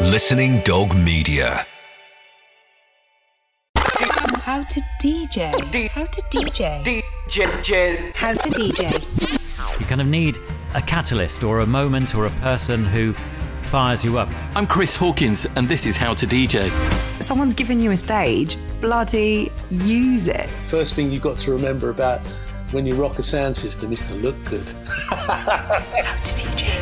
Listening Dog Media. How to DJ. How to DJ. DJ. How to DJ. You kind of need a catalyst or a moment or a person who fires you up. I'm Chris Hawkins, and this is How to DJ. someone's given you a stage, bloody use it. First thing you've got to remember about when you rock a sound system is to look good. How to DJ.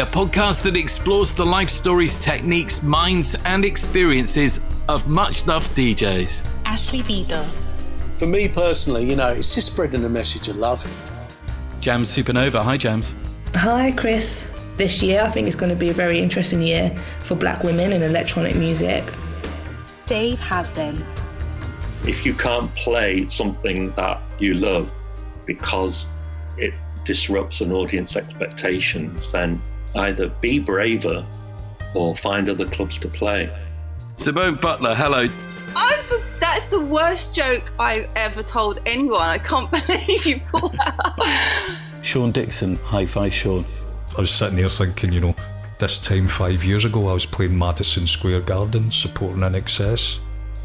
A podcast that explores the life stories, techniques, minds, and experiences of much loved DJs. Ashley Beadle. For me personally, you know, it's just spreading a message of love. Jams Supernova. Hi, Jams. Hi, Chris. This year, I think it's going to be a very interesting year for black women in electronic music. Dave Hasden. if you can't play something that you love because it disrupts an audience expectations, then either be braver or find other clubs to play. Simone Butler. Hello. I was, that's the worst joke I've ever told anyone. I can't believe you pulled that up. Sean Dixon. Hi fi Sean. I was sitting here thinking, you know, this time five years ago I was playing Madison Square Garden supporting NXS,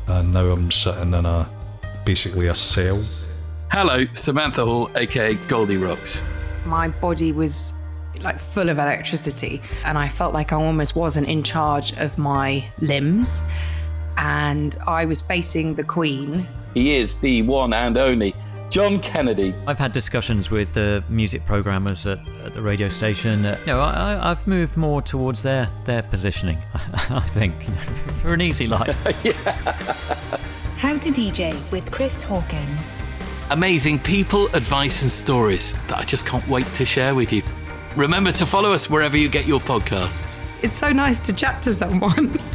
and now I'm sitting in a basically a cell. Hello, Samantha Hall, aka Goldie Rocks. My body was like full of electricity, and I felt like I almost wasn't in charge of my limbs. And I was facing the Queen. He is the one and only John Kennedy. I've had discussions with the music programmers at, at the radio station. Uh, you know, I, I- I've moved more towards their, their positioning, I think, you know, for an easy life. How to DJ with Chris Hawkins. Amazing people, advice, and stories that I just can't wait to share with you. Remember to follow us wherever you get your podcasts. It's so nice to chat to someone.